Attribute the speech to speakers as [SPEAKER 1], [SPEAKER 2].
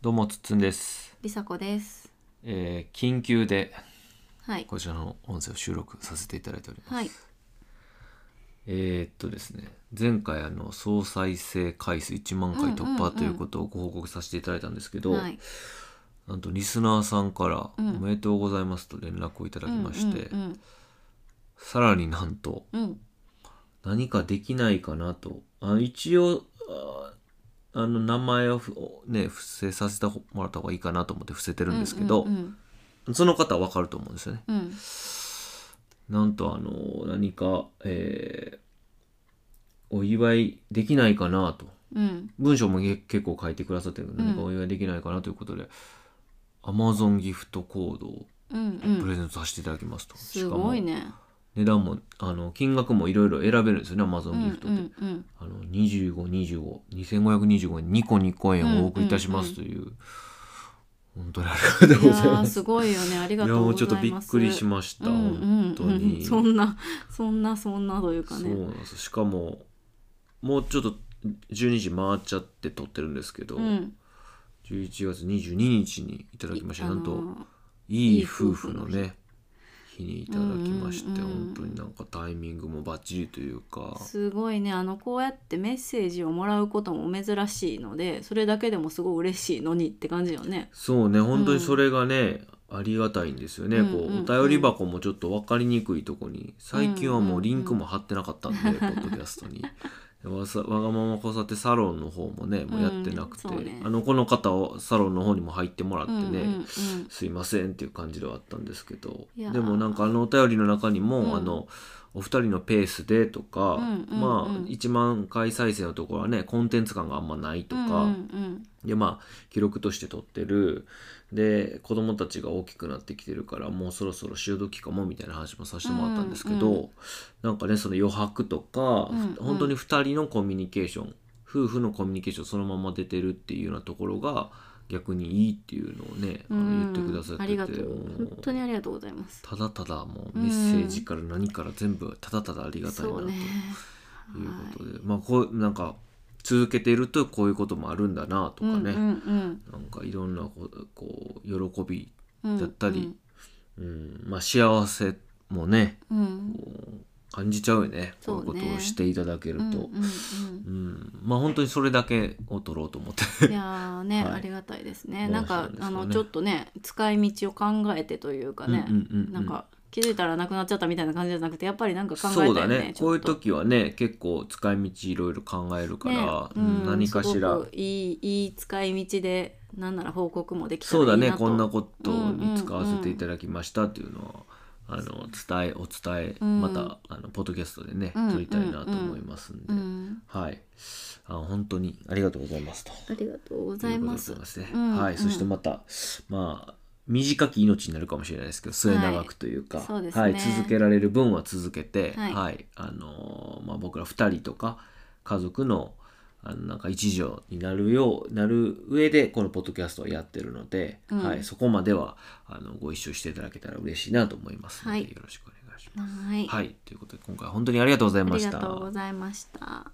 [SPEAKER 1] どうもつっつんです、
[SPEAKER 2] りさこです。
[SPEAKER 1] えー緊急で
[SPEAKER 2] はい。
[SPEAKER 1] こちらの音声を収録させていただいております、
[SPEAKER 2] はい。
[SPEAKER 1] えーっとですね前回あの総再生回数1万回突
[SPEAKER 2] うんうんう
[SPEAKER 1] 破
[SPEAKER 2] ん
[SPEAKER 1] ということをご報告させていただいたんですけど、
[SPEAKER 2] はい。
[SPEAKER 1] なんとリスナーさんから「お
[SPEAKER 2] うん
[SPEAKER 1] めでとうございます」と連絡をいただきまして、
[SPEAKER 2] うん
[SPEAKER 1] さらになんと
[SPEAKER 2] うんうん。
[SPEAKER 1] 何かできないかなとあ一応ああの名前をふおね伏せさせてもらった方がいいかなと思って伏せて
[SPEAKER 2] う
[SPEAKER 1] る
[SPEAKER 2] ん。
[SPEAKER 1] んですけど、
[SPEAKER 2] うんうん
[SPEAKER 1] その方はわかると思うんですよね
[SPEAKER 2] うん。
[SPEAKER 1] なんとあの何か、えーお祝いできないかなと
[SPEAKER 2] うん。
[SPEAKER 1] 文章もげ結構書いてくださってるので
[SPEAKER 2] うん
[SPEAKER 1] 何かお祝いできないかなということで、Amazon ギフトコードを
[SPEAKER 2] うんう
[SPEAKER 1] プ
[SPEAKER 2] ん。
[SPEAKER 1] レゼントさせていただきますと、し
[SPEAKER 2] す
[SPEAKER 1] か
[SPEAKER 2] ご
[SPEAKER 1] も
[SPEAKER 2] いね。
[SPEAKER 1] 値段もあの金額もいろいろ選べるんですよね
[SPEAKER 2] う
[SPEAKER 1] Amazon ギフ
[SPEAKER 2] ん
[SPEAKER 1] ト
[SPEAKER 2] う
[SPEAKER 1] って、
[SPEAKER 2] んうん。
[SPEAKER 1] あの25252525円ニコニコ円をお送りいたしますという,、本当にありがとう
[SPEAKER 2] い
[SPEAKER 1] ご
[SPEAKER 2] や
[SPEAKER 1] ざいま
[SPEAKER 2] ー
[SPEAKER 1] す
[SPEAKER 2] すごいよね。あり
[SPEAKER 1] いや
[SPEAKER 2] がとう
[SPEAKER 1] も
[SPEAKER 2] ござ
[SPEAKER 1] う
[SPEAKER 2] います。
[SPEAKER 1] ちょっとびっくりしました、
[SPEAKER 2] うん
[SPEAKER 1] 本当
[SPEAKER 2] うんうん
[SPEAKER 1] に、
[SPEAKER 2] そんなそんなそんなというか
[SPEAKER 1] そう
[SPEAKER 2] ね。
[SPEAKER 1] なんですしかももうちょっと12時回っちゃって撮ってるんですけど、
[SPEAKER 2] うん。
[SPEAKER 1] 11月22日にいただきまして、
[SPEAKER 2] あの
[SPEAKER 1] なんと
[SPEAKER 2] ー
[SPEAKER 1] い
[SPEAKER 2] い
[SPEAKER 1] い
[SPEAKER 2] い
[SPEAKER 1] 夫
[SPEAKER 2] 夫
[SPEAKER 1] 婦
[SPEAKER 2] 婦
[SPEAKER 1] の
[SPEAKER 2] の
[SPEAKER 1] ね日にいただきまして、
[SPEAKER 2] うんうんうん
[SPEAKER 1] 本当になんかタイミングもバッチリというか
[SPEAKER 2] すごいねあのこうやってメッセージをもらうことも珍しいのでそれだけでもすごい嬉しいのにって感じよね。
[SPEAKER 1] そうね本当にそれがね、ありがたいんですよね、
[SPEAKER 2] うんうんうん
[SPEAKER 1] こうお便り箱もちょっと分かりにくいとこに最近はもうリンクも貼ってなかったんで、ポッドキャストに。わさわがまま交差点サロンの方もねもうやってなくて、
[SPEAKER 2] うんそうね
[SPEAKER 1] あのこの方をサロンの方にも入ってもらって
[SPEAKER 2] うん
[SPEAKER 1] ね、
[SPEAKER 2] うんうん。
[SPEAKER 1] すいませんっていう感じではあったんですけど
[SPEAKER 2] いやー
[SPEAKER 1] でもなんかあのお便りの中にも、
[SPEAKER 2] うん
[SPEAKER 1] あのお二人のペースでとか、
[SPEAKER 2] うんうんうん
[SPEAKER 1] まあ1万回再生のところはねコンテンツ感があんまないとか、
[SPEAKER 2] うんうん
[SPEAKER 1] でまあ記録として撮ってるで子供たちが大きくなってきてるからもうそろそろ潮時かもみたいな話もさせてもらったんですけど、
[SPEAKER 2] うんう
[SPEAKER 1] なんかねその余白とか、
[SPEAKER 2] うんうん
[SPEAKER 1] 本当に2人のコミュニケーション夫婦のコミュニケーションそのまま出てるっていうようなところが逆にいいっていうのをね、あ
[SPEAKER 2] う
[SPEAKER 1] の
[SPEAKER 2] ん。
[SPEAKER 1] 言ってくださって
[SPEAKER 2] あ
[SPEAKER 1] て
[SPEAKER 2] りがとう
[SPEAKER 1] もう
[SPEAKER 2] 本当にありがとうございます。
[SPEAKER 1] ただただもうメッセージから何から全部ただただありがたいな
[SPEAKER 2] そ
[SPEAKER 1] と
[SPEAKER 2] う
[SPEAKER 1] いう
[SPEAKER 2] ね
[SPEAKER 1] ことで、まあこうなんか続けているとこういうこともあるんだなとかね。
[SPEAKER 2] はいうんうん
[SPEAKER 1] なんかいろんなここう喜び、
[SPEAKER 2] うん、
[SPEAKER 1] だったりうんまあ、幸せもね
[SPEAKER 2] うんうん
[SPEAKER 1] こう感じちゃうよね
[SPEAKER 2] そうね
[SPEAKER 1] こういうことをしていただけると、
[SPEAKER 2] うんうん
[SPEAKER 1] うんまあ本当にそれだけを取ろうと思って
[SPEAKER 2] うん、いやーね、
[SPEAKER 1] はい
[SPEAKER 2] ありがたいですね
[SPEAKER 1] もう
[SPEAKER 2] なんか
[SPEAKER 1] そうですよ
[SPEAKER 2] あ
[SPEAKER 1] ね
[SPEAKER 2] のちょっとね使い道を考えてというかね、
[SPEAKER 1] うんうんうんうん
[SPEAKER 2] なんか気づいたらなくなっちゃったみたいな感じじゃなくてやっぱりなんか考えた
[SPEAKER 1] そ
[SPEAKER 2] よ
[SPEAKER 1] うだ
[SPEAKER 2] ね
[SPEAKER 1] ね
[SPEAKER 2] ち
[SPEAKER 1] こう
[SPEAKER 2] ょ
[SPEAKER 1] い
[SPEAKER 2] っ
[SPEAKER 1] う時はね結構使い道いろいろ考えるから、
[SPEAKER 2] ね
[SPEAKER 1] うん
[SPEAKER 2] うん
[SPEAKER 1] 何かし
[SPEAKER 2] す
[SPEAKER 1] ら
[SPEAKER 2] ごくいいいい使い道でなんなら報告もできたら
[SPEAKER 1] そ
[SPEAKER 2] いういな
[SPEAKER 1] だ
[SPEAKER 2] と
[SPEAKER 1] ねこんなことに使わせていただきましたっていうのは、あの伝えお伝え、
[SPEAKER 2] うん
[SPEAKER 1] またあのポッドキャストでね、
[SPEAKER 2] うん
[SPEAKER 1] 撮りたいなと思いますんで、
[SPEAKER 2] うん、
[SPEAKER 1] はいあ本当にありがとうございますと。
[SPEAKER 2] ありがとうございます
[SPEAKER 1] とうことでございますね
[SPEAKER 2] うん
[SPEAKER 1] はい、
[SPEAKER 2] うん
[SPEAKER 1] そしてまたまあ短き命になるかもしれないですけど末長くというか、
[SPEAKER 2] はい
[SPEAKER 1] は
[SPEAKER 2] そう
[SPEAKER 1] い
[SPEAKER 2] ですね
[SPEAKER 1] 続けられる分は続けて、は
[SPEAKER 2] はいい
[SPEAKER 1] あのーまあ、僕ら2人とか家族のあのなんか一助になるようなる上でこのポッドキャストをやってるので、
[SPEAKER 2] うん
[SPEAKER 1] はい、そこまではあのご一緒していただけたら嬉しいなと思いますので、
[SPEAKER 2] はい
[SPEAKER 1] よろしくお願いします。
[SPEAKER 2] はい、
[SPEAKER 1] はい、ということで今回は本当にありがとうございま
[SPEAKER 2] あり
[SPEAKER 1] し
[SPEAKER 2] が
[SPEAKER 1] た。
[SPEAKER 2] とうございました。